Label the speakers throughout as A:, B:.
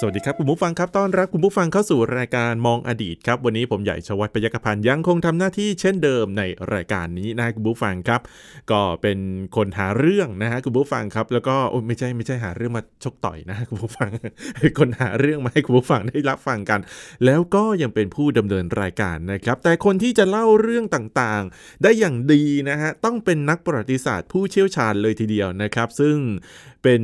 A: สวัสดีครับ คุณผู้ฟังครับต้อนรับคุณผู้ฟังเข้าสู่รายการมองอดีตครับ วันนี้ผมใหญ่ชวัฒน์ปยกพันธ์ยังคงทำหน้าที่เช่นเดิมในรายการนี้นะคุณผู้ฟังครับ ก็เป็นคนหาเรื่องนะฮะคุณผู้ฟังครับ แล้วก็โอ้ยไม่ใช่ไม่ใช่หาเรื่องมาชกต่อยนะฮะคุณผู้ฟัง เป็นคนหาเรื่องมาให้คุณผู้ฟังได้รับฟังกัน แล้วก็ยังเป็นผู้ดำเนินรายการนะครับ แต่คนที่จะเล่าเรื่องต่างๆ ได้อย่างดีนะฮะต้องเป็นนักประวัติศาสตร์ผู้เชี่ยวชาญเลยทีเดียวนะครับ ซึ่ง เป็น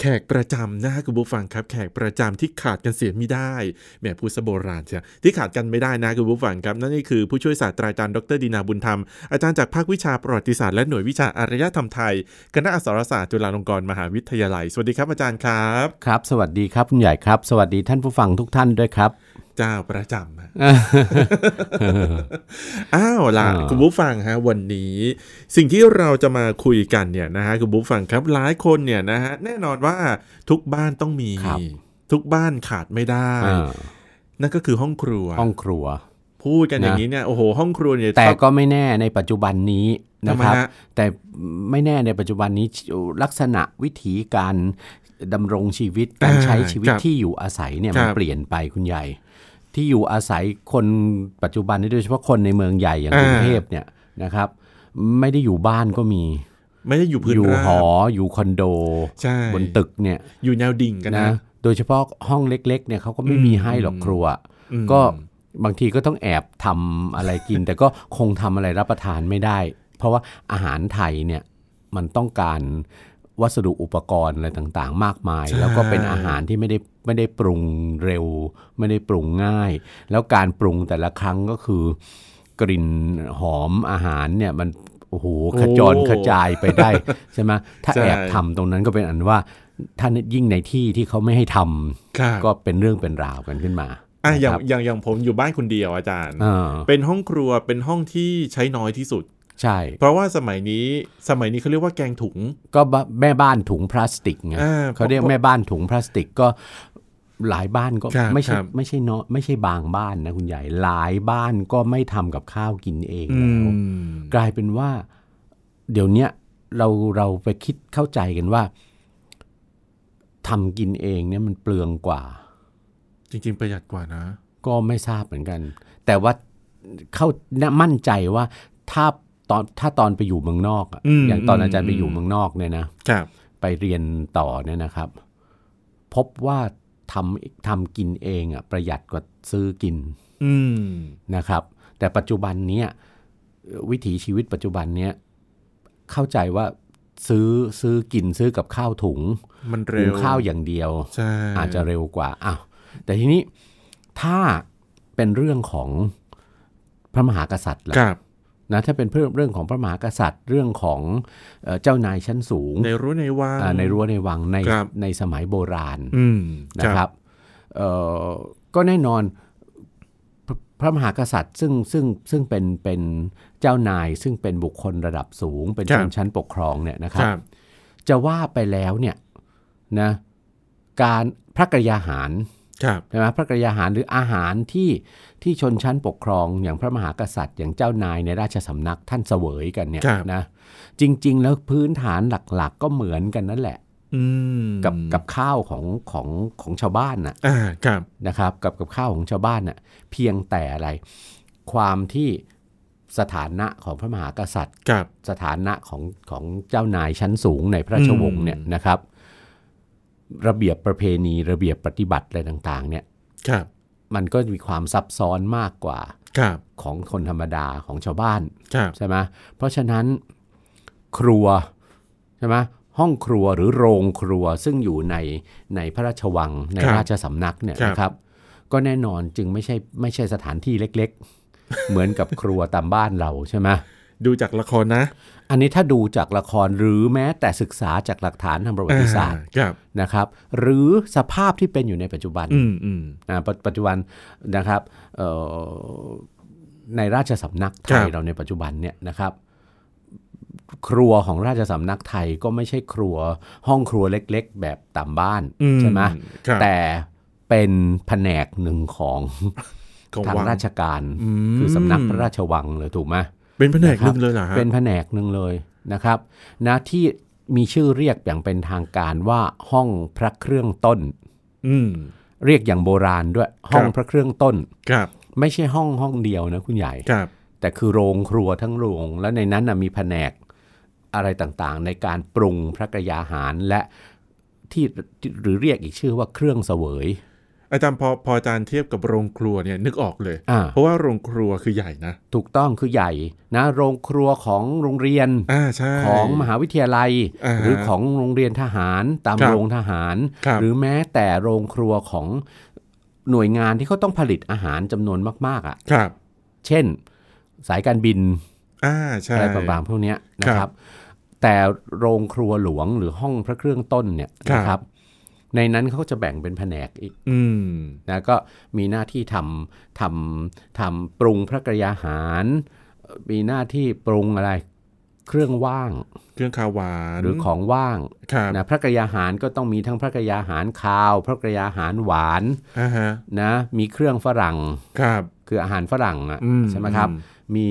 A: แขกประจำนะฮะคุณผู้ฟังครับ แขกประจำที่ขาดกันเสียไม่ได้แหมพูดซะโบราณเชียวที่ขาดกันไม่ได้นะคุณผู้ฟังครับนั่นก็คือผู้ช่วยศาสตราจารย์ดรดินาบุญธรรม อาจารย์จากภาควิชาประวัติศาสตร์และหน่วยวิชาอารยธรรมไทยคณะอักษรศาสตร์จุฬาลงกรณ์มหาวิทยาลัย สวัสดีครับอาจารย์ครับ
B: ครับ สวัสดีครับคุณใหญ่ครับ สวัสดีท่านผู้ฟังทุกท่านด้วยครับ
A: เจ้าประจำฮะ อ้าวล่ะ
B: อ่า
A: คุณบุ๊ฟังฮะวันนี้สิ่งที่เราจะมาคุยกันเนี่ยนะฮะคุณบุ๊ฟังครับหลายคนเนี่ยนะฮะแน่นอนว่าทุกบ้านต้องมี
B: ครับ
A: ทุกบ้านขาดไม่ได้
B: อ่า
A: นั่นก็คือห้องครัว
B: ห้องครัว
A: พูดกันอย่างนี้เนี่ยโอ้โหห้องครัวเนี่ย
B: แต่
A: ต้อง
B: ก็ไม่แน่ในปัจจุบันนี้นะครั
A: ทำ
B: บ
A: ไมฮะ
B: แต่ไม่แน่ในปัจจุบันนี้ลักษณะวิถีการดำรงชีวิตการใช้ชีวิต
A: ครับ
B: ที่อยู่อาศัยเนี่ย
A: ครั
B: มัน
A: บ
B: เปลี่ยนไปคุณใหญ่ ที่อยู่อาศัยคนปัจจุบันนี้โดยเฉพาะคนในเมืองใหญ่อย่าง
A: อ่า
B: กรุงเทพเนี่ยนะครับ ไม่ได้อยู่บ้านก็มี
A: ไม่ได้อยู่พื้น
B: อยู่
A: ราบ
B: หออยู่คอนโด
A: ใช่
B: บนตึกเนี่ย
A: อยู่แนวดิ่งกัน
B: นะ
A: นะ
B: โดยเฉพาะห้องเล็กๆเนี่ยเขาก็ไม่มีให้หรอกครัว
A: อืม
B: ก็บางทีก็ต้องแอบทำอะไรกิน แต่ก็คงทำอะไรรับประทานไม่ได้ เพราะว่าอาหารไทยเนี่ยมันต้องการวัสดุอุปกรณ์อะไรต่างๆ มากมาย แล้วก็เป็นอาหารที่ไม่ได้ไม่ได้ปรุงเร็ว ไม่ได้ปรุงง่าย แล้วการปรุงแต่ละครั้งก็คือกลิ่นหอมอาหารเนี่ยมันโอ้โหขจรขจายไปได้ ใช่ไหมถ้า
A: ใช่
B: แอบทำตรงนั้นก็เป็นอันว่า ถ้ายิ่งในที่ที่เขาไม่ให้ทำ
A: ครับ
B: ก็เป็นเรื่องเป็นราวกันขึ้นมา
A: อ่ะอย่าง
B: นะครับ
A: อย่างอย่างผมอยู่บ้านคนเดียวอาจารย์
B: อ่า
A: เป็นห้องครัวเป็นห้องที่ใช้น้อยที่สุด
B: ใช่
A: เพราะว่าสมัยนี้สมัยนี้เขาเรียกว่าแกงถุง
B: ก็บแม่บ้านถุงพลาสติกไง
A: อ่า
B: เขาเรียกแม่บ้านถุงพลาสติกก็หลายบ้านก็
A: ครับ
B: ไม่ใช่
A: ครับ
B: ไม่ใช่น้อยไม่ใช่บางบ้านนะคุณใหญ่หลายบ้านก็ไม่ทำกับข้าวกินเอง
A: อื
B: แล้ว
A: ม
B: กลายเป็นว่า เดี๋ยวเนี้ยเราเราไปคิดเข้าใจกันว่าทำกินเองเนี่ยมันเปลืองกว่า
A: จริงๆประหยัดกว่านะ
B: ก็ไม่ทราบเหมือนกัน แต่ว่าเข้าน่ามั่นใจว่าถ้าตอนถ้าตอนไปอยู่เมืองนอกอะ
A: อืม
B: อย่างตอนอาจารย์
A: อืม
B: ไปอยู่เมืองนอกเนี่ยนะครับ ไปเรียนต่อเนี่ยนะครับ พบว่าทำทำกินเองอ่ะประหยัดกว่าซื้อกิน
A: อืม
B: นะครับ แต่ปัจจุบันเนี้ยวิถีชีวิตปัจจุบันเนี้ยเข้าใจว่าซื้อซื้อกินซื้อกับข้าวถุง
A: มันเร็
B: หุง
A: ว
B: ข้าวอย่างเดียว
A: ใช่
B: อาจจะเร็วกว่า อ้าว แต่ทีนี้ถ้าเป็นเรื่องของพระมหากษัตริย์ล่ะ
A: ครับ
B: นะ ถ้าเป็นเรื่องเรื่องของพระมหากษัตริย์ เรื่องของเอ่อเจ้านายชั้นสูง
A: ในรู้ในว่า
B: อ่าในรั้วในวังใน
A: ครับ
B: ในสมัยโบราณ
A: อืม
B: นะครับเอ่อก็แน่นอนพระพระมหากษัตริย์ซึ่งซึ่งซึ่งเป็นเป็นเจ้านายซึ่งเป็นบุคคลระดับสูง เป็นชนชั้นปกครองเนี่ยนะค
A: ครับ รับ
B: จะว่าไปแล้วเนี่ยนะการพระกรยาหาร
A: ครับ
B: ใช่ไหมพระกรยาหารหรืออาหารที่ที่ชนชั้นปกครองอย่างพระมหากษัตริย์ อย่างเจ้านายในราชสำนักท่านเสวยกันเนี่ย
A: ครับ
B: นะจริง ๆ แล้วพื้นฐานหลักๆ ก็เหมือนกันนั่นแหละ
A: อืม
B: กับกับข้าวของของของชาวบ้านนะ
A: อ่าครับ
B: นะครับกับกับข้าวของชาวบ้านน่ะเพียงแต่อะไร ความที่สถานะของพระมหากษัตริย์
A: ครับ
B: สถานะของของเจ้านายชั้นสูงในพระราชวงศ์เนี่ยนะครับ ระเบียบประเพณีระเบียบปฏิบัติอะไรต่าง ๆเนี่ย
A: ครับ
B: มันก็มีความซับซ้อนมากกว่า
A: ครับ
B: ของคนธรรมดาของชาวบ้าน
A: ครับ
B: ใช่ไหมเพราะฉะนั้นครัวใช่ไหมห้องครัวหรือโรงครัวซึ่งอยู่ในในพระราชวังใน
A: ครับ
B: ราชสำนักเนี่ย
A: ครับ
B: นะครับ ก็แน่นอนจึงไม่ใช่ไม่ใช่สถานที่เล็กๆ เหมือนกับครัวตามบ้านเราใช่ไหม
A: ดูจากละครนะ
B: อันนี้ถ้าดูจากละครหรือแม้แต่ศึกษาจากหลักฐานทางประวัติศาสตร์
A: อ่ครับ
B: นะครับ หรือสภาพที่เป็นอยู่ในปัจจุบัน
A: อืมอืม
B: อ่าปัจปัจจุบันนะครับเอ่อในราชสำนักไท
A: ครั
B: ย
A: บ
B: เราในปัจจุบันเนี่ยนะครับ ครัวของราชสำนักไทยก็ไม่ใช่ครัวห้องครัวเล็ก ๆ แบบตามบ้าน
A: อื
B: ใช่ไหม
A: ครับ
B: แต่เป็นแผนกหนึ่งของ
A: ของ
B: ทาง
A: วั
B: ราชการ
A: อืม
B: คือสำนักพระราชวังเลยถูกไหม
A: เป็นแผนก
B: นะค
A: ห
B: รับ
A: นึ่งเลยเหรอฮะ
B: เป็นแผนกหนึ่งเลยนะครับนะที่มีชื่อเรียกอย่างเป็นทางการว่าห้องพระเครื่องต้น
A: อืม
B: เรียกอย่างโบราณด้วย ห้อง
A: ครับ
B: พระเครื่องต้น
A: ครับ
B: ไม่ใช่ห้องห้องเดียวนะคุณใหญ่
A: ครับ
B: แต่คือโรงครัวทั้งโรงแล้วในนั้นนะมีแผนกอะไรต่างๆ ในการปรุงพระกยาหารและที่หรือเรียกอีกชื่อว่าเครื่องเสวย
A: อาจารย์พอพออาจารย์เทียบกับโรงครัวเนี่ยนึกออกเลย
B: อ่า
A: เพราะว่าโรงครัวคือใหญ่นะ
B: ถูกต้องคือใหญ่นะ โรงครัวของโรงเรียน
A: อ่าใช่
B: ของมหาวิทยาลัย
A: าฮะ
B: หรือของโรงเรียนทหารตาม
A: ครับ
B: โรงทหาร
A: ครับ
B: หรือแม้แต่โรงครัวของหน่วยงานที่เขาต้องผลิตอาหารจำนวนมากๆอ่ะ
A: ครับ
B: เช่น สายการบิน
A: อ่าใช่
B: อะไรบางๆพวกเนี้ยนะ
A: ค
B: ค
A: รั
B: รั
A: บบ
B: แต่โรงครัวหลวงหรือห้องพระเครื่องต้นเนี่ย
A: ครับ
B: นะครับ ในนั้นเขาก็จะแบ่งเป็นแผนกอีก
A: อืม
B: นะก็มีหน้าที่ทำทำทำปรุงพระกยาหาร มีหน้าที่ปรุงอะไรเครื่องว่าง
A: เครื่องคาวหวาน
B: หรือของว่าง
A: ครับ
B: นะพระกยาหารก็ต้องมีทั้งพระกยาหารคาว พระกยาหารหวาน
A: อ่าฮะ
B: นะมีเครื่องฝรั่ง
A: ครับ
B: คืออาหารฝรั่งอ่ะ
A: อื
B: ใช่ไหมครับ มี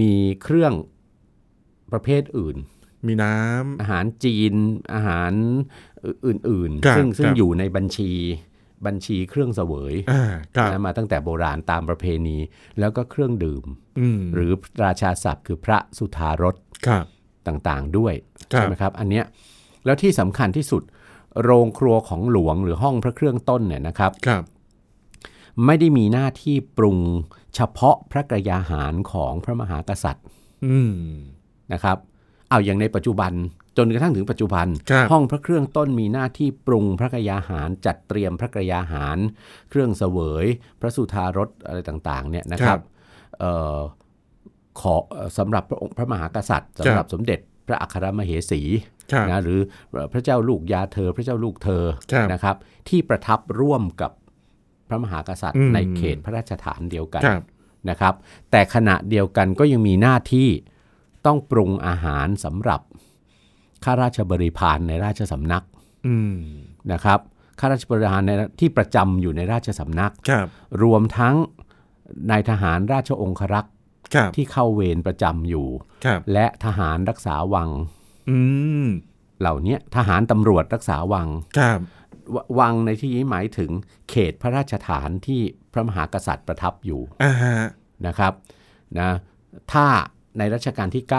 B: มีเครื่องประเภทอื่น
A: มีน้ำ
B: อาหารจีนอาหารอื่น
A: ครับ
B: ๆ ซึ่งซึ่
A: ค
B: ง
A: รับ
B: อยู่ในบัญชีบัญชีเครื่องเสวย
A: อ่าครับ
B: นะมาตั้งแต่โบราณตามประเพณี แล้วก็เครื่องดื่ม
A: อืม
B: หรือราชาศัพท์คือพระสุธารส
A: ครับ
B: ต่างๆด้วย
A: ครับ
B: ใช่ไหมครับ อันเนี้ยแล้วที่สำคัญที่สุด โรงครัวของหลวงหรือห้องพระเครื่องต้นเนี่ยนะครับ
A: ครับ
B: ไม่ได้มีหน้าที่ปรุงเฉพาะพระกยาหารของพระมหากษัตริย์
A: อืม
B: นะครับเอาอย่างในปัจจุบันจนกระทั่งถึงปัจจุบัน
A: ครับ
B: ห้องพระเครื่องต้นมีหน้าที่ปรุงพระกยาหาร จัดเตรียมพระกยาหาร เครื่องเสวย พระสุธารสอะไรต่างๆเนี่ยนะครับเอ่อขอเอ่อสำหรับพระองค์พระมหากษัตริย์สำหรับสมเด็จพระอัครมเหสี
A: ครับ
B: นะหรือพระเจ้าลูกยาเธอ พระเจ้าลูกเธอ
A: ครับ
B: นะครับ ที่ประทับร่วมกับพระมหากษัตริ
A: อื
B: ย์
A: ม
B: ในเขตพระราชฐานเดียวกัน
A: ครับ
B: นะครับแต่ขณะเดียวกันก็ยังมีหน้าที่ต้องปรุงอาหารสำหรับข้าราชบริพารในราชสำนัก
A: อืม
B: นะครับข้าราชบริพารในที่ประจำอยู่ในราชสำนัก
A: ครับ
B: รวมทั้งนายทหารราชองครักษ์
A: ครับ
B: ที่เข้าเวรประจำอยู่
A: ครับ
B: และทหารรักษาวัง
A: อืม
B: เหล่าเนี้ยทหารตำรวจรักษาวัง
A: ครับ
B: ววังในที่นี้หมายถึงเขตพระราชฐานที่พระมหากษัตริย์ประทับอยู่
A: อ่าฮะ
B: นะครับนะถ้าในรัชกาลที่ 9
A: ค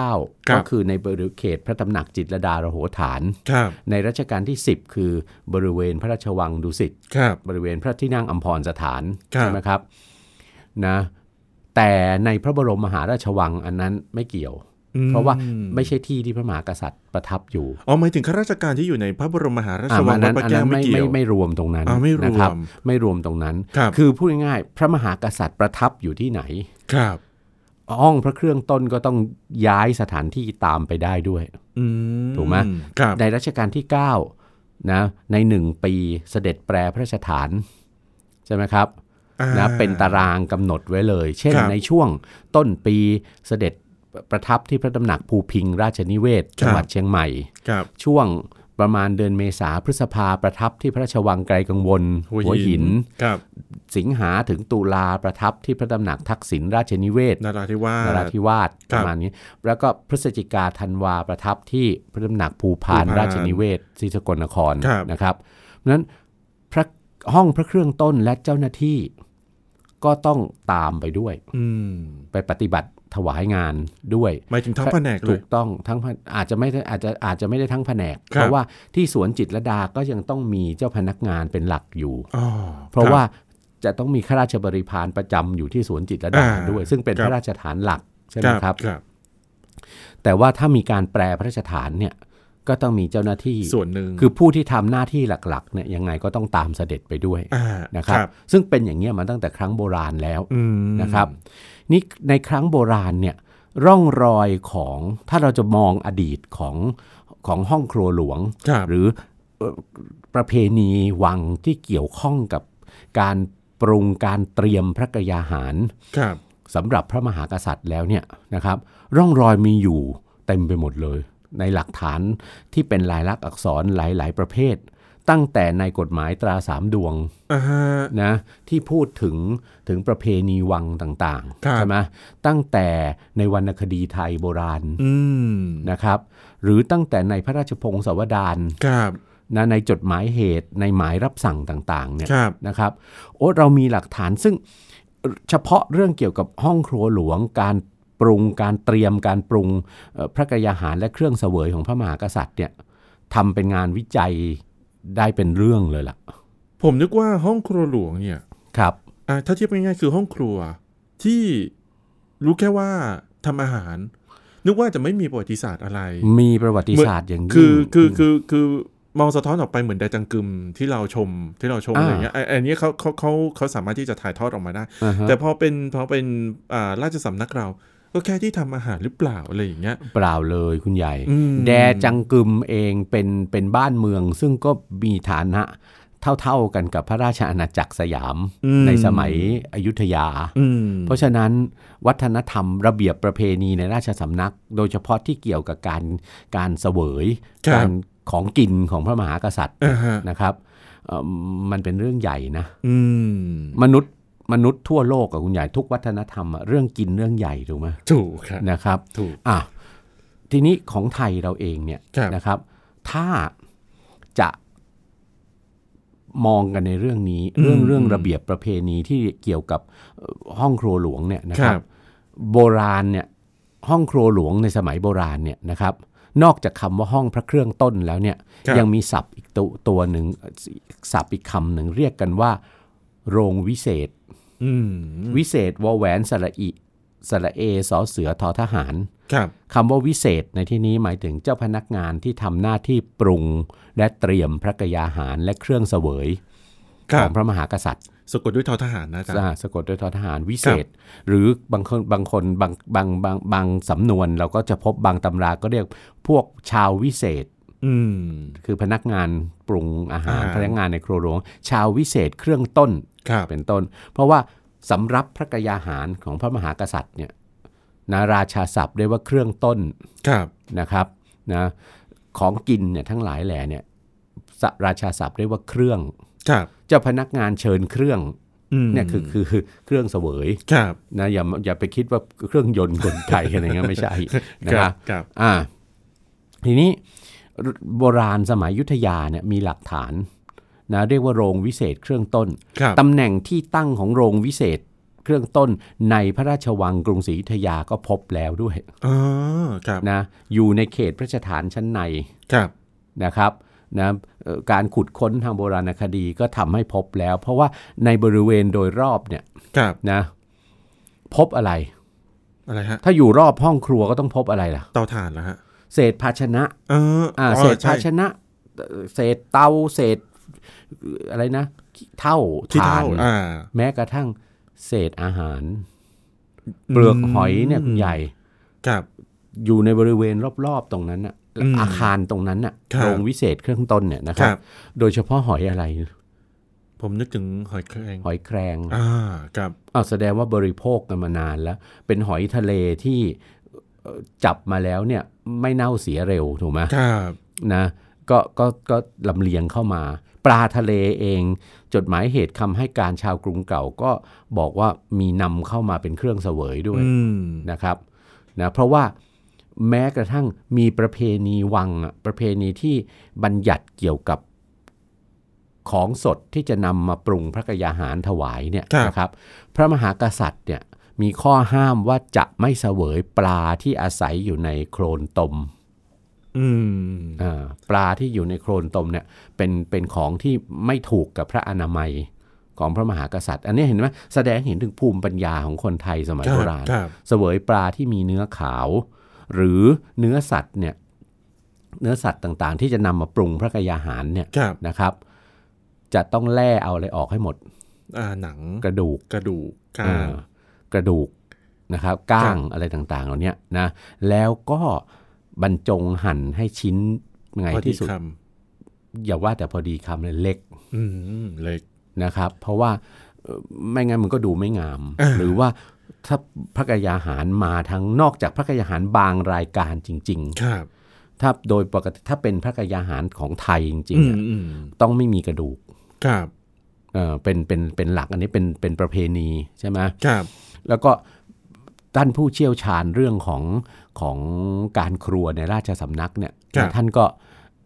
A: รั
B: ก็
A: บ
B: คือในบริเวณเขตพระตำหนักจิตรลดารโหฐาน
A: ครับ
B: ในรัชกาลที่ 10 คือบริเวณพระราชวังดุสิต
A: ครับ
B: บริเวณพระที่นั่งอัมพรสถาน
A: ครับ
B: ใช่ไหมครับนะแต่ในพระบรมมหาราชวังอันนั้นไม่เกี่ยว
A: อืม
B: เพราะว่าไม่ใช่ที่ที่พระมหากษัตริย์ประทับอยู่
A: อ๋อหมายถึงข้าราชการที่อยู่ในพระบรมมหาราช
B: อ่ะ
A: วังวัด
B: อันนั้น
A: พระ
B: อัน
A: แก้
B: นั้
A: วนไม่
B: ไม่
A: เกี่
B: ไม่
A: ยว
B: ไม่รวมตรงนั้น
A: อ่าไม่รวม
B: นะครับไม่รวมตรงนั้น
A: ครับ
B: คือพูดง่ายๆพระมหากษัตริย์ประทับอยู่ที่ไหน
A: ครับ
B: ห้องพระเครื่องต้นก็ต้องย้ายสถานที่ตามไปได้ด้วย
A: อืม
B: ถูกไหม
A: ครับ
B: ในรัชกาลที่9นะในหนึ่งปีเสด็จแปรพระราชฐานใช่ไหมครับ
A: อ่า
B: นะเป็นตารางกำหนดไว้เลย เช่น
A: ครับ
B: ในช่วงต้นปีเสด็จประทับที่พระตำหนักภูพิงราชนิเวศจังหวัดเชียงใหม่
A: ครับ
B: ช่วงประมาณเดือนเมษาพฤษภาประทับที่พระราชวังไกลกังวล หัวหิน
A: ครับ
B: สิงหาถึงตุลาประทับที่พระตำหนักทักษิณราชนิเวศ
A: นาราธิวาส
B: นราธิวาส
A: ค
B: ป
A: รับ
B: ระมาณนี้ แล้วก็พฤศจิกาธันวาประทับที่พระตำหนักภูพาน
A: ภูพาน
B: ราชนิเวศที่สกลนคร
A: ครับ
B: นะครับเพราะฉะนั้นพระห้องพระเครื่องต้นและเจ้าหน้าที่ก็ต้องตามไปด้วย
A: อืม
B: ไปปฏิบัติถวายงานด้วย
A: หมายถึงทั้งแผนกเล
B: ถู
A: ย
B: กต้องทั้งแผอาจจะไม่ได้อาจจะอาจจะไม่ได้ทั้งแผนก
A: ครับ
B: เพราะว่าที่สวนจิตรลดาก็ยังต้องมีเจ้าพนักงานเป็นหลักอยู่
A: อ๋อ
B: เพราะ
A: คบ
B: ว่าจะต้องมีข้าราชบริพารประจำอยู่ที่สวนจิตรลดา
A: อ่า
B: ด้วย ซึ่งเป็น
A: ครับ
B: พระราชฐานหลักใช่ไหมครับ
A: ครับ
B: แต่ว่าถ้ามีการแปลพระราชฐานเนี่ยก็ต้องมีเจ้าหน้าที่
A: ส่วนหนึ่ง
B: คือผู้ที่ทำหน้าที่หลักๆเนี่ยยังไงก็ต้องตามเสด็จไปด้วย
A: อ่า
B: นะครับ ซึ่งเป็นอย่างเงี้ยมาตั้งแต่ครั้งโบราณแล้ว
A: อืม
B: นะครับนี่ในครั้งโบราณเนี่ยร่องรอยของถ้าเราจะมองอดีตของของห้องครัวหลวง
A: ครับ
B: หรือเอ่อประเพณีวังที่เกี่ยวข้องกับการปรุงการเตรียมพระกยาหาร
A: ครับ
B: สำหรับพระมหากษัตริย์แล้วเนี่ยนะครับ ร่องรอยมีอยู่ เต็มไปหมดเลย ในหลักฐานที่เป็นลายลักษณ์อักษรหลาย ๆ ประเภท ตั้งแต่ในกฎหมายตราสามดวง
A: อ่าฮะ
B: นะที่พูดถึงถึงประเพณีวังต่าง
A: ครับ
B: ๆใช่ไหมตั้งแต่ในวรรณคดีไทยโบราณ
A: อืม
B: นะครับหรือตั้งแต่ในพระราชพงศาวดาร
A: ครับ
B: นะในจดหมายเหตุในหมายรับสั่งต่างๆเนี่ย
A: ครับ
B: นะครับโอ้เรามีหลักฐานซึ่งเฉพาะเรื่องเกี่ยวกับห้องครัวหลวงการปรุงการเตรียมการปรุงเอ่อพระกายาหารและเครื่องเสวยของพระมหากษัตริย์เนี่ยทำเป็นงานวิจัยได้เป็นเรื่องเลยล่ะ
A: ผมนึกว่าห้องครัวหลวงเนี่ย
B: ครับ
A: อ่าถ้าเทียบง่ายๆคือห้องครัวที่รู้แค่ว่าทำอาหาร นึกว่าจะไม่มีประวัติศาสตร์อะไร
B: มีประวัติศาสตร์อย่างยิ่ง
A: คือคือคือคือมองสะท้อนออกไปเหมือนไดจังกึมที่เราชมที่เราชม
B: อ่า
A: อะไรเงี้ยไอ้ไอันนี้เขาเขาเขาเขาสามารถที่จะถ่ายทอดออกมาได้
B: อ่าฮะ
A: แต่พอเป็นพอเป็นอ่าราชสำนักเรา ก็แค่ที่ทำอาหารหรือเปล่าอะไรอย่างเงี้ย
B: เปล่าเลยคุณใหญ่
A: อืม
B: แดจังกึมเองเป็นเป็นบ้านเมือง ซึ่งก็มีฐานะเท่าๆกันกับพระราชอาณาจักรสยาม
A: อื
B: ในสมัยอยุธยา
A: อืม
B: เพราะฉะนั้นวัฒนธรรมระเบียบประเพณีในราชสำนัก โดยเฉพาะที่เกี่ยวกับการการเสวยการของกินของพระมหากษัตริย์
A: อ่าฮะ
B: นะครับเอ่อมันเป็นเรื่องใหญ่นะ
A: อืม
B: มนุษย์มนุษย์ทั่วโลกกับคุณใหญ่ทุกวัฒนธรรมอะเรื่องกินเรื่องใหญ่ถูกไหม
A: ถูกครับ
B: นะครับ
A: ถูก
B: อ่ะทีนี้ของไทยเราเองเนี่ย
A: ครับ
B: นะครับ ถ้าจะมองกันในเรื่องนี้ เรื่องเรื่องระเบียบประเพณีที่เกี่ยวกับเอ่อห้องครัวหลวงเนี่ยนะ
A: ค
B: ค
A: รั
B: รับ
A: บ
B: โบราณเนี่ยห้องครัวหลวงในสมัยโบราณเนี่ยนะครับ นอกจากคำว่าห้องพระเครื่องต้นแล้วเนี่ย
A: ครับ
B: ยังมีศัพท์อีกตัวตัวหนึ่งศัพท์อีกคำหนึ่งเรียกกันว่า โรงวิเศษ
A: อืม
B: วิเศษวอแหวนสระอิสระเอสอเสือทอทหาร
A: ครับ
B: คำว่าวิเศษในที่นี้หมายถึงเจ้าพนักงานที่ทำหน้าที่ปรุง และเตรียมพระกยาหารและเครื่องเสวย
A: ค
B: ข
A: รั
B: อบ งพระมหากษัตริย์
A: สะกดด้วยทอทหารนะอาจ๊ะ
B: อ่าสะกดด้วยทอทหารวิเศษ หรือบางคนบางคนบางบางบางบางสำนวนเราก็จะพบบางตำราก็เรียกพวกชาววิเศษ
A: อืม
B: คือพนักงานปรุงอาหาร
A: อาหาร
B: พนักงานในครัวหลวง ชาววิเศษเครื่องต้น
A: ครับ
B: เป็นต้น เพราะว่าสำรับพระกยาหารของพระมหากษัตริย์เนี่ยนะราชาศัพท์เรียกว่าเครื่องต้น
A: ครับ
B: นะครับนะของกินเนี่ยทั้งหลายแหล่เนี่ยสราชาศัพท์เรียกว่าเครื่อง
A: ครับ
B: เจ้าพนักงานเชิญเครื่อง
A: อืม
B: เนี่ยคือคือคือเครื่องเสวย
A: ครับ
B: นะอย่าอย่าไปคิดว่าเครื่องยนต์กลไกอะไรเงี้ยไม่ใช่ นะ
A: ค
B: ค
A: รั
B: รั
A: บบ ครับ
B: อ่าทีนี้โบราณสมัยยุทธยาเนี่ยมีหลักฐานนะเรียกว่าโรงวิเศษเครื่องต้น
A: ครับ
B: ตำแหน่งที่ตั้งของโรงวิเศษเครื่องต้นในพระราชวังกรุงศรีอยุธยาก็พบแล้วด้วย
A: อ๋อครับ
B: นะอยู่ในเขตพระราชฐานชั้นใน
A: ครับ
B: นะครับนะเอ่อการขุดค้นทางโบราณคดีก็ทำให้พบแล้ว เพราะว่าในบริเวณโดยรอบเนี่ย
A: ครับ
B: นะพบอะไร
A: อะไรฮะ
B: ถ้าอยู่รอบห้องครัวก็ต้องพบอะไรล่ะ
A: เตาถ่านแล้วฮะ
B: เศษภาชนะ
A: เออ
B: อ่า
A: อ๋อ
B: เศษ
A: ใช่
B: ภาชนะเอ่อเศษเตาเศษเอ่ออะไรนะขี้เท่า
A: ที่
B: ถ่า
A: เท่าน อ่า
B: แม้กระทั่งเศษอาหาร เปลือกหอยเนี่ยคุณใหญ่
A: ครับ
B: อยู่ในบริเวณรอบๆตรงนั้นน่ะ
A: อืม
B: อาคารตรงนั้นน่ะ
A: ครับ
B: โรงวิเศษเครื่องต้นเนี่ยนะค
A: ค
B: รั
A: รับ บ
B: โดยเฉพาะหอยอะไร
A: ผมนึกถึงหอยแครง
B: หอยแครง
A: อ่าครับ
B: เอาแสดงว่าบริโภคกันมานานแล้ว เป็นหอยทะเลที่เอ่อจับมาแล้วเนี่ยไม่เน่าเสียเร็วถูกไหม
A: ครับ
B: นะก็ก็ก็ลำเลียงเข้ามา ปลาทะเลเอง จดหมายเหตุคำให้การชาวกรุงเก่าก็บอกว่ามีนำเข้ามาเป็นเครื่องเสวยด้วย
A: อืม
B: นะครับนะเพราะว่าแม้กระทั่งมีประเพณีวังอะประเพณีที่บัญญัติเกี่ยวกับของสดที่จะนำมาปรุงพระกยาหารถวายเนี่ยนะครับพระมหากษัตริย์เนี่ยมีข้อห้ามว่าจะไม่เสวยปลาที่อาศัยอยู่ในโคลนตม
A: อืม
B: อ่าปลาที่อยู่ในโคลนตมเนี่ยเป็นเป็นของที่ไม่ถูกกับพระอนามัยของพระมหากษัตริย์ อันนี้เห็นไหมแสดงเห็นถึงภูมิปัญญาของคนไทยสมัย
A: ครั
B: โบบ ราณ
A: ครับ
B: เสวยปลาที่มีเนื้อขาว หรือเนื้อสัตว์เนี่ยเนื้อสัตว์ต่างๆ ที่จะนำมาปรุงพระกยาหารเนี่ย
A: ครับ
B: นะครับ จะต้องแล่เอาอะไรออกให้หมด
A: อ่าหนัง
B: กระดูก
A: กระดูกครั
B: อ่า
A: บ
B: กระดูกนะครับก้างอะไรต่างๆเหล่าเนี้ยนะแล้วก็บรรจงหั่นให้ชิ้นไง
A: พอดี
B: ที่สุด
A: ค
B: อย่าว่าแต่พอดีคำเลยเล็ก
A: ำอืมเล็ก
B: นะครับเพราะว่าเอ่อไม่งั้นมันก็ดูไม่งาม
A: อ่า
B: หรือว่า ถ้าพระกายาหารมาทั้งนอกจากพระกายาหารบางรายการจริง
A: ครับ
B: ๆ ถ้าโดยปกติถ้าเป็นพระกายาหารของไทยจริง
A: อื
B: ๆ
A: ม
B: อะ
A: อืม
B: ต้องไม่มีกระดูก
A: ครับ
B: เออเป็นเป็นเป็นหลักอันนี้เป็นเป็นประเพณีใช่ไหม
A: ครับ
B: แล้วก็ท่านผู้เชี่ยวชาญเรื่องของของการครัวในราชสำนักเนี่ย
A: ครับ
B: ท่านก็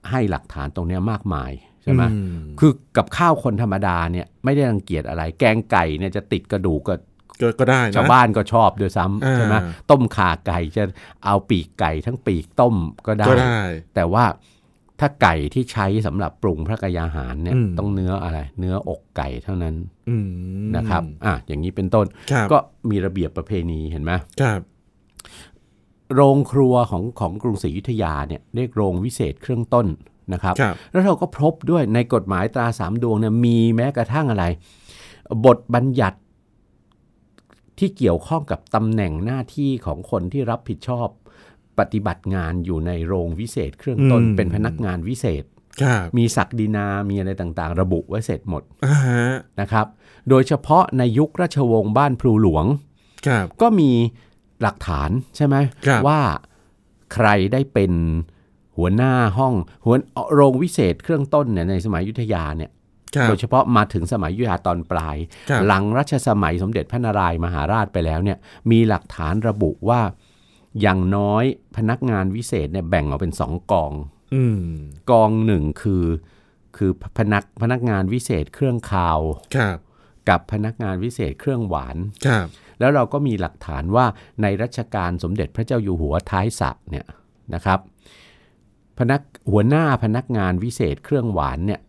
B: ให้หลักฐานตรงเนี้ยมากมายใช่ไหม
A: อื
B: คือกับข้าวคนธรรมดาเนี่ยไม่ได้รังเกียจอะไร แกงไก่เนี่ยจะติดกระดูกก็
A: ก็ก็ได้นะ
B: ชาวบ้านก็ชอบด้วยซ้ำใช่ไหม
A: อ่า
B: ต้มข่าไก่จะเอาปีกไก่ทั้งปีกต้มก็ได้
A: ก็ได้
B: แต่ว่าถ้าไก่ที่ใช้สำหรับปรุงพระกายาหารเนี่ย
A: อืม
B: ต้องเนื้ออะไร เนื้ออกไก่เท่านั้น
A: อืม
B: นะครับอ่ะอย่างนี้เป็นต้น
A: ครับ
B: ก็มีระเบียบประเพณีเห็นไหม
A: ครับ
B: โรงครัวของของกรุงศรีอยุธยาเนี่ยเรียกโรงวิเศษเครื่องต้นนะครับ
A: ครับ
B: แล้วเราก็พบด้วยในกฎหมายตราสามดวงเนี่ยมีแม้กระทั่งอะไร บทบัญญัติที่เกี่ยวข้องกับตำแหน่งหน้าที่ของคนที่รับผิดชอบปฏิบัติงานอยู่ในโรงวิเศษเครื่องต้น
A: อืม
B: เป็นพนักงานวิเศษ
A: ครับ
B: มีศักดินามีอะไรต่างๆ ระบุไว้เสร็จหมด
A: อ่าฮะ
B: นะครับ โดยเฉพาะในยุคราชวงศ์บ้านพลูหลวง
A: ครับ
B: ก็มีหลักฐานใช่ไหม
A: ครับ
B: ว่าใครได้เป็นหัวหน้าห้องหัวโรงวิเศษเครื่องต้นเนี่ยในสมัยอยุทธยาเนี่ย
A: ครับ
B: โดยเฉพาะมาถึงสมัยอยุทธยาตอนปลาย
A: ครับ
B: หลังรัชสมัยสมเด็จพระนารายมหาราชไปแล้วเนี่ยมีหลักฐานระบุว่าอย่างน้อยพนักงานวิเศษเนี่ยแบ่งออกเป็นสองกอง
A: อืม
B: กองหนึ่งคือคือพนักพนักงานวิเศษเครื่องคาว
A: ครับ
B: กับพนักงานวิเศษเครื่องหวาน
A: ครับ
B: แล้วเราก็มีหลักฐานว่าในรัชกาลสมเด็จพระเจ้าอยู่หัวท้ายสระเนี่ยนะครับพนักหัวหน้าพนักงานวิเศษเครื่องหวานเนี่ย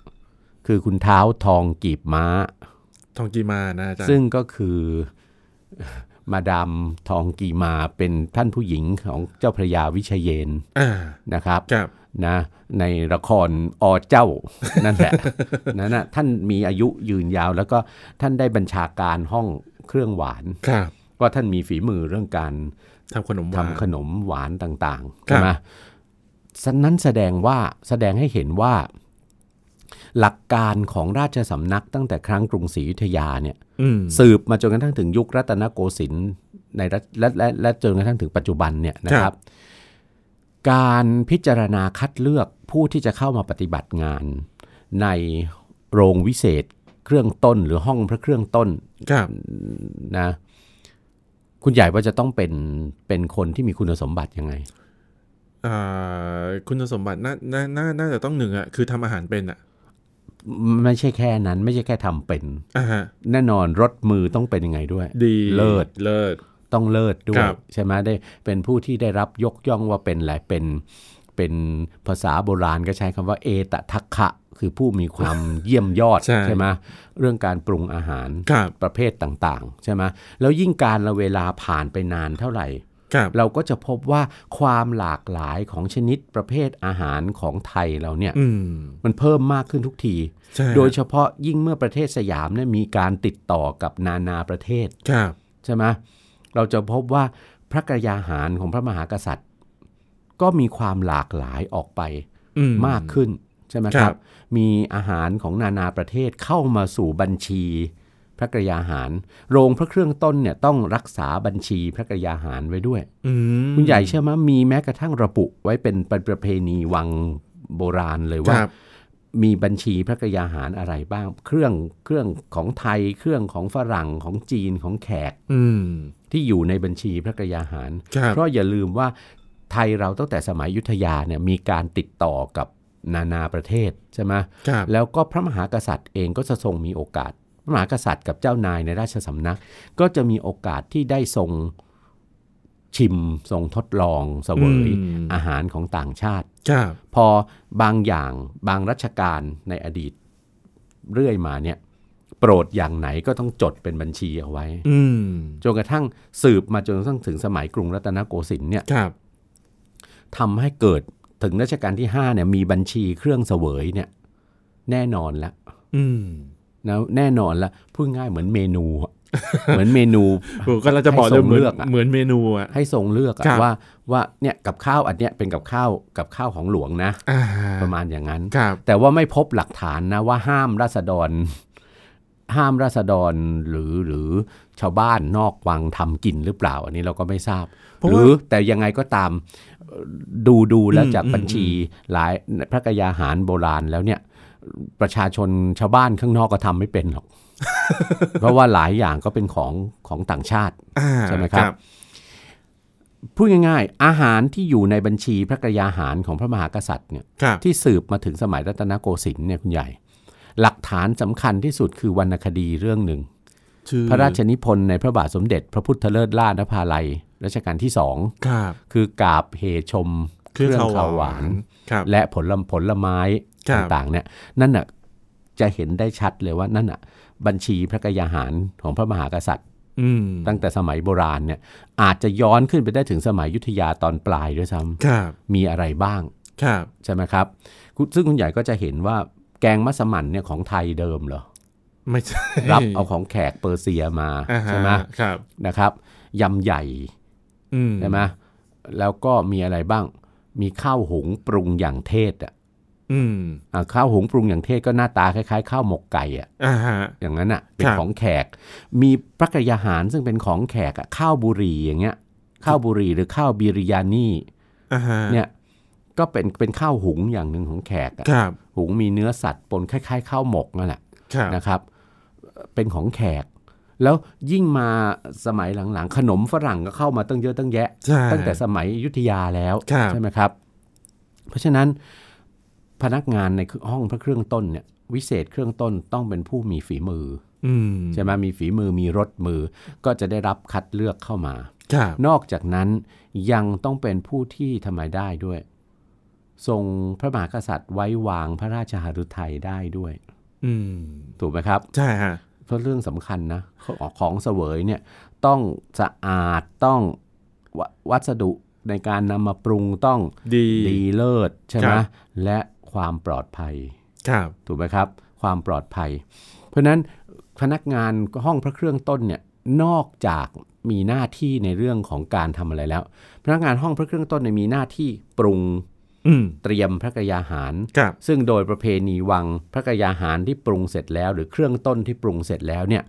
B: คือคุณเท้าทองกีบม้า
A: ทองกีมานะอาจารย์
B: ซึ่งก็คือ มาดามทองกีมาเป็นท่านผู้หญิงของเจ้าพระยาวิเชยเยน
A: อ่า
B: นะครับ
A: ครับ
B: นะในละครอเจ้า นั่นแหละ นั่นนะท่านมีอายุยืนยาว แล้วก็ท่านได้บัญชาการห้องเครื่องหวาน
A: ครับ
B: ว่าท่านมีฝีมือเรื่องการ
A: ทำขนมห
B: ทำ
A: วาน
B: ขนมหวานต่าง
A: ครับ
B: ๆใช่ไหมฉะนั้นแสดงว่าแสดงให้เห็นว่า หลักการของราชสำนักตั้งแต่ครั้งกรุงศรีอยุธยาเนี่ย
A: อืม
B: สืบมาจนกระทั่งถึงยุครัตนโกสินทร์ในรัฐและและและจนกระทั่งถึงปัจจุบันเนี่ยนะครับ การพิจารณาคัดเลือกผู้ที่จะเข้ามาปฏิบัติงาน ในโรงวิเศษเครื่องต้นหรือห้องพระเครื่องต้น
A: ครับ
B: นะคุณใหญ่ว่าจะต้องเป็นเป็นคนที่มีคุณสมบัติยังไง
A: อ่าคุณสมบัติน่าน่าน่าน่าจะต้องหนึ่งอ่ะคือทำอาหารเป็นอ่ะ
B: ไม่ใช่แค่นั้น ไม่ใช่แค่ทำเป็น
A: อ่าฮะ
B: แน่นอนรถมือต้องเป็นยังไงด้วย
A: ดี
B: เลิศ
A: เลิศ
B: ต้องเลิศด้ว
A: ค
B: ย
A: รับ
B: ใช่ไหมได้เป็นผู้ที่ได้รับยกย่องว่าเป็นอะไรเป็นเป็นภาษาโบราณก็ใช้คำว่าเอตทัคคะคือผู้มีความ เยี่ยมยอด
A: ใช่
B: ไหมเรื่องการปรุงอาหาร
A: ครับ
B: ประเภทต่างๆ ใช่ไหมแล้วยิ่งการละเวลาผ่านไปนานเท่าไหร่
A: ครับ
B: เราก็จะพบว่าความหลากหลายของชนิดประเภทอาหารของไทยเราเนี่ย
A: อืม
B: มันเพิ่มมากขึ้นทุกที
A: ใช่
B: โดยเฉพาะยิ่งเมื่อประเทศสยามเนี่ยมีการติดต่อกับนานาประเทศ
A: ครับ
B: ใช่ไหมเราจะพบว่าพระกยาหารของพระมหากษัตริย์ ก็มีความหลากหลายออกไป
A: อืม
B: มากขึ้นใช่ไหม
A: ค
B: ค
A: รั
B: รับ บ มีอาหารของนานาประเทศเข้ามาสู่บัญชีพระกยาหาร โรงพระเครื่องต้นเนี่ยต้องรักษาบัญชีพระกยาหารไว้ด้วย
A: อืม
B: คุณใหญ่เชื่อไหมมีแม้กระทั่งระบุไว้เป็นประเพณีวังโบราณเลยว่า
A: ครับ
B: มีบัญชีพระกยาหารอะไรบ้าง เครื่องเครื่องของไทย เครื่องของฝรั่งของจีนของแขก
A: อืม
B: ที่อยู่ในบัญชีพระกยาหาร
A: ครับ
B: เพราะอย่าลืมว่าไทยเราตั้งแต่สมัยอยุทธยาเนี่ยมีการติดต่อกับนานาประเทศใช่ไหม
A: ครับ
B: แล้วก็พระมหากษัตริย์เองก็จะทรงมีโอกาส พระมหากษัตริย์กับเจ้านายในราชสำนัก ก็จะมีโอกาสที่ได้ทรงชิมทรงทดลองเสวย
A: อืม
B: อาหารของต่างชาติ
A: ครับ
B: พอบางอย่างบางรัชกาลในอดีตเรื่อยมาเนี่ยโปรดอย่างไหนก็ต้องจดเป็นบัญชีเอาไว้
A: อืม
B: จนกระทั่งสืบมาจนกระทั่งถึงสมัยกรุงรัตนโกสินทร์เนี่ย
A: ครับ
B: ทำให้เกิดถึงรัชกาลที่5เนี่ยมีบัญชีเครื่องเสวยเนี่ยแน่นอนแล้ว
A: อืม
B: นะแน่นอนแล้วพูดง่ายเหมือนเมนูอะ เหมือนเมนู
A: ผมก็เราจะบอกเลย
B: ให้ทรง
A: เหมือน
B: เลือกอะ
A: เหมือนเมนูอ่ะ
B: ให้ทรงเลือกอะ
A: ครับ
B: ว่าว่าเนี่ยกับข้าวอันเนี้ยเป็นกับข้าวกับข้าวของหลวงนะ
A: อ่า
B: ประมาณอย่างนั้น
A: ครับ
B: แต่ว่าไม่พบห ลักฐานนะว่าห้ามราษฎร ห้ามราษฎรหรือหรือ ชาวบ้านนอกวังทำกินหรือเปล่า อันนี้เราก็ไม่ทราบ
A: เพราะ
B: ห
A: ว่า
B: รือแต่ยังไงก็ตามเอ่อดูดูแล้ว
A: อืม
B: จากบัญชีหลายพระกยาหารโบราณแล้วเนี่ย ประชาชนชาวบ้านข้างนอกก็ทำไม่เป็นห รอก เพราะว่าหลายอย่างก็เป็นของของต่างชาติ
A: อ่า
B: ใช่ไหมครับ พูดง่ายๆ อาหารที่อยู่ในบัญชีพระกยาหารของพระมหากษัตริย์เนี่ย
A: ครับ
B: ที่สืบมาถึงสมัยรัตนโกสินทร์เนี่ยคุณใหญ่ หลักฐานสำคัญที่สุดคือวรรณคดีเรื่องหนึ่ง
A: ชื่อ
B: พระราชนิพนธ์ในพระบาทสมเด็จ พระพุทธเลิศล่านภาลัยรัชกาลที่สอง
A: ครับ
B: คือกาบเหชม
A: เครื่อง
B: ข่
A: ขาวหวาน ครับ
B: และผลผลไม้
A: ครับ
B: ต่างๆเนี่ยนั่นน่ะจะเห็นได้ชัดเลยว่านั่นน่ะบัญชีพระกยาหารของพระมหากษัตริย์
A: อืม
B: ตั้งแต่สมัยโบราณเนี่ยอาจจะย้อนขึ้นไปได้ถึงสมัยยุทธยาตอนปลายด้วยซ้
A: ครับ
B: ำมีอะไรบ้าง
A: ครับ
B: ใช่ไหมครับคุณซึ่งคุณใหญ่ก็จะเห็นว่าแกงมัสมั่นเนี่ยของไทยเดิมเหรอ
A: ไม่ใช่
B: รับเอาของแขกเปอร์เซียมา
A: อ่าฮะ
B: ใช่ไหม
A: ครับ
B: นะครับยำใหญ่
A: อืม
B: ใช่ไหมแล้วก็มีอะไรบ้างมีข้าวหุงปรุงอย่างเทศอ่ะ
A: อืม
B: อ่าข้าวหุงปรุงอย่างเทศก็หน้าตาคล้าย ๆ ข้าวหมกไก่อ่ะ
A: อ่าฮะ
B: อย่างนั้นอ่ะเป็
A: คน รับ
B: ของแขก มีพระกยาหารซึ่งเป็นของแขกอ่ะข้าวบุรีอย่างเงี้ยข้าวบุรีหรือข้าวบิริยานี
A: อ่าฮะ
B: เนี่ยก็เป็นเป็นข้าวหุงอย่างหนึ่งของแขกอ่ะ
A: ครับ
B: หุงมีเนื้อสัตว์ปนคล้าย ๆ ข้าวหมกนั่นแหละ
A: ครับ
B: นะครับเอ่อเป็นของแขก แล้วยิ่งมาสมัยหลังๆ ขนมฝรั่งก็เข้ามาตั้งเยอะตั้งแยะ
A: ใช่
B: ตั้งแต่สมัยอยุทธยาแล้ว
A: ครับ
B: ใช่ไหมครับ เพราะฉะนั้นพนักงานในห้องพระเครื่องต้นเนี่ยวิเศษเครื่องต้นต้องเป็นผู้มีฝีมือ
A: อืม
B: อใช่ไหมมีฝีมือมีรสมือ ก็จะได้รับคัดเลือกเข้ามา
A: ครับ
B: นอกจากนั้นยังต้องเป็นผู้ที่ทำไมได้ด้วย ทรงพระมหากษัตริย์ไว้วางพระราชหฤทัยได้ด้วย
A: อืม
B: ถูกไหมครับ
A: ใช่ฮะ
B: เพราะเรื่องสำคัญนะของของเสวยเนี่ยต้องสะอาดต้องววัสดุในการนำมาปรุงต้อง
A: ดี
B: ดีเลิศใช่ไหม
A: ครับ
B: และความปลอดภัย
A: ครับ
B: ถูกไหมครับ ความปลอดภัย เพราะฉะนั้นพนักงานห้องพระเครื่องต้นเนี่ยนอกจากมีหน้าที่ในเรื่องของการทำอะไรแล้ว พนักงานห้องพระเครื่องต้นเนี่ยมีหน้าที่ปรุง
A: อืม
B: เตรียมพระกยาหาร
A: ครับ
B: ซึ่งโดยประเพณีวังพระกยาหารที่ปรุงเสร็จแล้ว หรือเครื่องต้นที่ปรุงเสร็จแล้วเนี่ย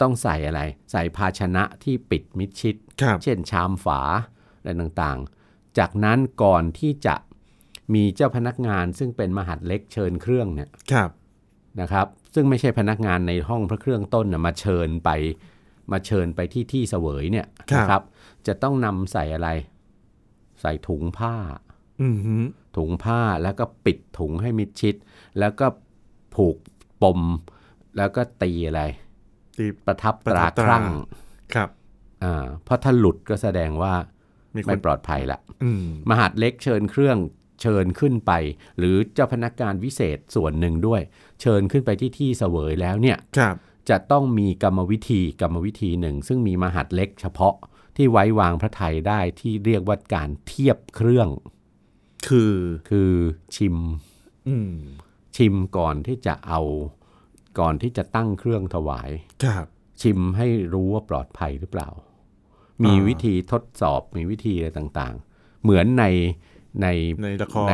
B: ต้องใส่อะไร ใส่ภาชนะที่ปิดมิดชิด
A: ครับ
B: เช่นชามฝาอะไรต่างๆ จากนั้นก่อนที่จะมีเจ้าพนักงานซึ่งเป็นมหัดเล็กเชิญเครื่องเนี่ย
A: ครับ
B: นะครับ ซึ่งไม่ใช่พนักงานในห้องพระเครื่องต้นนะมาเชิญไปมาเชิญไปที่ที่เสวยเนี่ยนะครับ จะต้องนำใส่อะไร ใส่ถุงผ้า
A: อืมฮึ
B: ถุงผ้าแล้วก็ปิดถุงให้มิดชิด แล้วก็ผูกปม แล้วก็ตีอะไร
A: ตีบ
B: ประทับ
A: ประทั
B: ตรา
A: บตรา
B: ครั่ง
A: ครับ
B: อ่าเพราะถ้าหลุดก็แสดงว่า
A: มีค
B: ไม่
A: น
B: ปลอดภัยละ
A: อืม
B: มหาดเล็กเชิญเครื่องเชิญขึ้นไป หรือเจ้าพนักงานวิเศษส่วนหนึ่งด้วย เชิญขึ้นไปที่ที่เสวยแล้วเนี่ย
A: ครับ
B: จะต้องมีกรรมวิธีกรรมวิธีหนึ่ง ซึ่งมีมหาดเล็กเฉพาะที่ไว้วางพระไทยได้ที่เรียกว่าการเทียบเครื่อง
A: คือ
B: คือชิม
A: อืม
B: ชิมก่อนที่จะเอาก่อนที่จะตั้งเครื่องถวาย
A: ครับ
B: ชิมให้รู้ว่าปลอดภัยหรือเปล่า มี
A: อ่า
B: วิธีทดสอบมีวิธีอะไรต่างๆ เหมือนในใน
A: ในละคร
B: ใน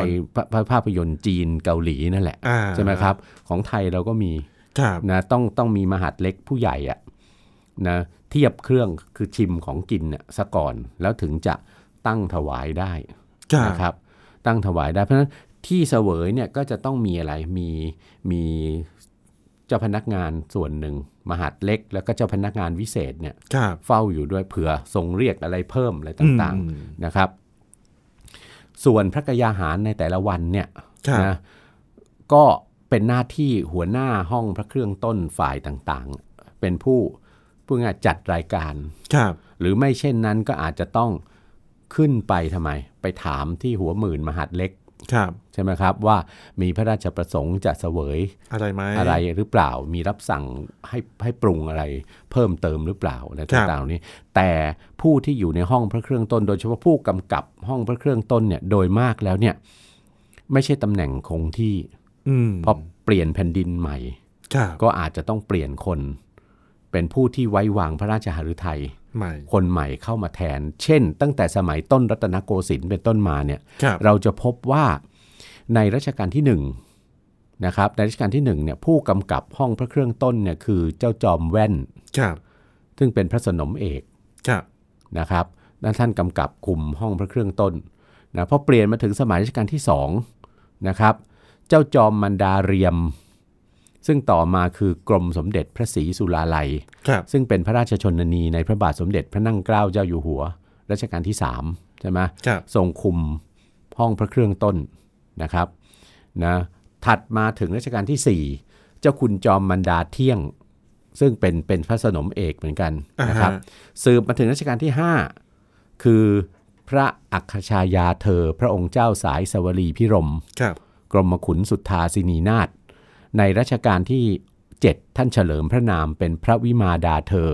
B: ภาภาพยนตร์จีนเกาหลีนั่นแหละ
A: อ่า
B: ใช่ไหมครับ ของไทยเราก็มี
A: ครับ
B: นะต้องต้องมีมหาดเล็กผู้ใหญ่อะนะเทียบเครื่องคือชิมของกินน่ะซะก่อนแล้วถึงจะตั้งถวายได้
A: ครับ
B: นะครับตั้งถวายได้เพราะฉะนั้นที่เสวยเนี่ยก็จะต้องมีอะไรมีมีเจ้าพนักงานส่วนหนึ่ง มหาดเล็ก แล้วก็เจ้าพนักงานวิเศษเนี่ย
A: ครับ
B: เฝ้าอยู่ด้วยเผื่อทรงเรียกอะไรเพิ่มอะไรต่าง
A: อืม
B: ๆนะครับ ส่วนพระกยาหารในแต่ละวันเนี่ย
A: ครับ
B: นะก็เป็นหน้าที่หัวหน้าห้องพระเครื่องต้นฝ่ายต่างๆ เป็นผู้ผู้งานจัดรายการ
A: ครับ
B: หรือไม่เช่นนั้นก็อาจจะต้องขึ้นไปทำไม ไปถามที่หัวหมื่นมหาดเล็ก
A: ครับ
B: ใช่ไหมครับ ว่ามีพระราชประสงค์จะเสวย
A: อะไรไหม
B: อะไรหรือเปล่า มีรับสั่งให้ให้ปรุงอะไรเพิ่มเติมหรือเปล่าอะไร
A: ครับ
B: ต่างๆเหล่านี้ แต่ผู้ที่อยู่ในห้องพระเครื่องต้น โดยเฉพาะผู้กำกับห้องพระเครื่องต้นเนี่ยโดยมากแล้วเนี่ยไม่ใช่ตำแหน่งคงที่
A: อืม
B: เพราะเปลี่ยนแผ่นดินใหม่
A: ครับ
B: ก็อาจจะต้องเปลี่ยนคน เป็นผู้ที่ไว้วางพระราชหฤทัย
A: ใหม่
B: คนใหม่เข้ามาแทน เช่น ตั้งแต่สมัยต้นรัตนโกสินทร์เป็นต้นมาเนี่ย
A: ครับ
B: เราจะพบว่าในรัชกาลที่หนึ่งนะครับ ในรัชกาลที่หนึ่งเนี่ยผู้กำกับห้องพระเครื่องต้นเนี่ยคือเจ้าจอมแว่น
A: ครับ
B: ซึ่งเป็นพระสนมเอก
A: ครับ
B: นะครับด้านท่านกำกับคุมห้องพระเครื่องต้นนะพอเปลี่ยนมาถึงสมัยรัชกาลที่2นะครับ เจ้าจอมมันดาเรียม ซึ่งต่อมาคือกรมสมเด็จพระศรีสุราลัย
A: ครับ
B: ซึ่งเป็นพระราชชนนีในพระบาทสมเด็จพระนั่งเกล้าเจ้าอยู่หัวรัชกาลที่3ใช่ไหม
A: ครับ
B: ทรงคุมห้องพระเครื่องต้นนะครับนะถัดมาถึงรัชกาลทีสี่4 เจ้าคุณจอมมันดาเที่ยง ซึ่งเป็นเป็นพระสนมเอกเหมือนกันนะครับ
A: อ่าฮะ
B: สืบมาถึงรัชกาลที่ 5 คือพระอัคคชายาเธอ พระองค์เจ้าสายสวรีพิรม
A: ครับ
B: กรมขุนสุทธาสินีนาถในรัชกาลที่ 7 ท่านเฉลิมพระนามเป็นพระวิมาดาเธอ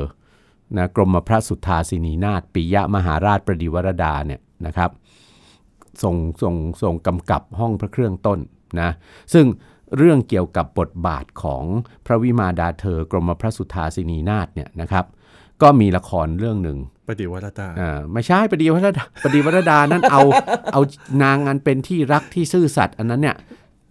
B: นะกรมพระสุทธาสินีนาถปิยมหาราชประดิวรดาเนี่ยนะครับส่งส่งส่งกำกับห้องพระเครื่องต้นนะซึ่งเรื่องเกี่ยวกับบทบาทของพระวิมาดาเธอ กรมพระสุทธาสินีนาถเนี่ยนะครับ ก็มีละครเรื่องหนึ่ง
A: ปฏิวัติตา
B: อ่าไม่ใช่ปดีวัฒดาปดีวัฒดานั่นเอา เอานางอันเป็นที่รักที่ซื่อสัตย์อันนั้นเนี่ย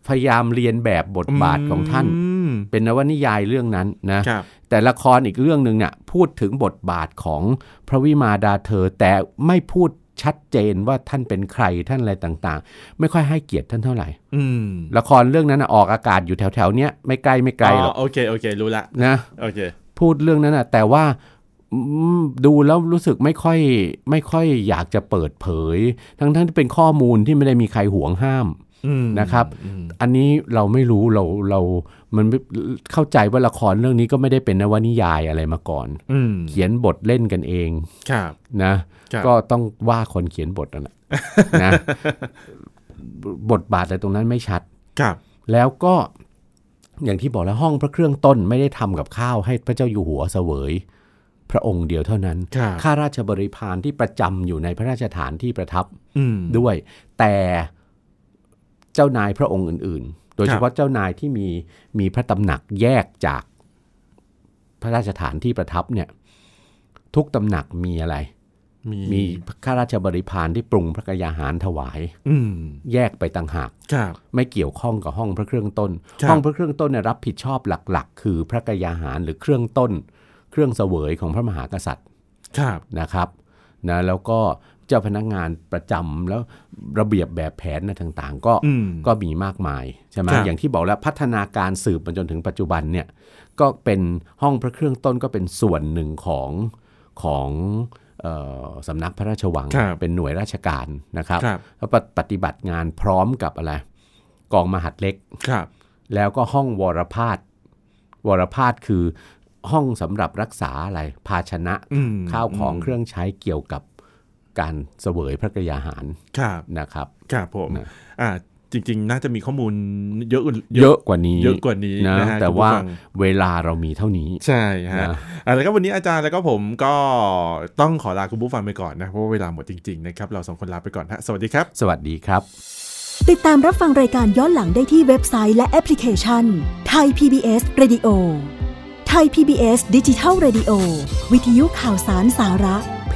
B: พยายามเรียนแบบบทบาทของท่าน
A: อืม
B: เป็นนวนิยายเรื่องนั้นนะครับ แต่ละครอีกเรื่องหนึ่งเนี่ยพูดถึงบทบาทของพระวิมาดาเธอ แต่ไม่พูดชัดเจนว่าท่านเป็นใครท่านอะไรต่างๆ ไม่ค่อยให้เกียรติท่านเท่าไหร่
A: อืม
B: ละครเรื่องนั้นน่ะออกอากาศอยู่แถวๆเนี้ยไม่ไกลไม่ไกลหรอก
A: โอเค โอเค รู้ละ
B: นะ
A: โอเค
B: พูดเรื่องนั้นนะแต่ว่าอืมดูแล้วรู้สึกไม่ค่อยไม่ค่อยอยากจะเปิดเผย ทั้งๆที่เป็นข้อมูลที่ไม่ได้มีใครห่วงห้าม
A: อืม
B: นะครับ
A: อืม
B: อันนี้เราไม่รู้เราเรามันไม่เข้าใจว่าละครเรื่องนี้ก็ไม่ได้เป็นนวนิยายอะไรมาก่อน
A: อืม
B: เขียนบทเล่นกันเอง
A: ครับ
B: นะครับ ก็ต้องว่าคนเขียนบทนั่นแหละ นะ บทบาทอะไรตรงนั้นไม่ชัด
A: ครับ
B: แล้วก็อย่างที่บอกแล้วห้องพระเครื่องต้นไม่ได้ทำกับข้าวให้พระเจ้าอยู่หัวเสวย พระองค์เดียวเท่านั้น
A: ครับ
B: ข้าราชบริพารที่ประจำอยู่ในพระราชฐานที่ประทับ
A: อืม
B: ด้วย แต่เจ้านายพระองค์อื่น ๆ โดย
A: ครับ
B: เฉพาะเจ้านายที่มีมีพระตำหนักแยกจากพระราชฐานที่ประทับเนี่ยทุกตำหนักมีอะไร
A: มี
B: มีข้าราชบริพารที่ปรุงพระกยาหารถวาย
A: อืม
B: แยกไปต่างหาก
A: ครับ
B: ไม่เกี่ยวข้องกับห้องพระเครื่องต้น
A: ครับ
B: ห้องพระเครื่องต้นเนี่ยรับผิดชอบหลักๆ คือพระกยาหารหรือเครื่องต้น เครื่องเสวยของพระมหากษัตริย์
A: ครับ
B: นะครับนะแล้วก็เจ้าพนักงานประจำแล้วระเบียบแบบแผนนะต่างๆ ก็
A: อืม
B: ก็มีมากมายใช่ไหม
A: ครับ
B: อย่างที่บอกแล้วพัฒนาการสืบมาจนถึงปัจจุบันเนี่ยก็เป็นห้องพระเครื่องต้นก็เป็นส่วนหนึ่งของของเอ่อสำนักพระราชวัง
A: ครับ
B: เป็นหน่วยราชการนะครับ
A: ครับ
B: แล้วปฏิปฏิบัติงานพร้อมกับอะไร กองมหัดเล็ก
A: ครับ
B: แล้วก็ห้องวรพาสวรพาสคือห้องสำหรับรักษาอะไร ภาชนะ
A: อืม
B: ข้าวของเครื่องใช้เกี่ยวกับการเสวยพระกยาหาร
A: ครับ
B: นะครับ
A: ครับผม
B: นะ
A: อ่า จริง ๆ น่าจะมีข้อมูลเยอะ
B: เยอะกว่านี้
A: เยอะกว่านี้
B: นะ
A: นะฮะ
B: แต่
A: คุณผู้
B: ว่า
A: ฟัง
B: เวลาเรามีเท่านี้
A: ใช่ฮะ
B: นะ
A: อ่ะแล้วก็วันนี้อาจารย์แล้วก็ผมก็ต้องขอลาคุณผู้ฟังไปก่อนนะ เพราะว่าเวลาหมดจริง ๆ นะครับ เราสองคนลาไปก่อนฮะ สวัสดีครับ
B: สวัสดีครับ
C: ติดตามรับฟังรายการย้อนหลังได้ที่เว็บไซต์และแอปพลิเคชันไทย PBS Radio ไทย PBS ดิจิทัล Radio วิทยุข่าวสารสาระ เพ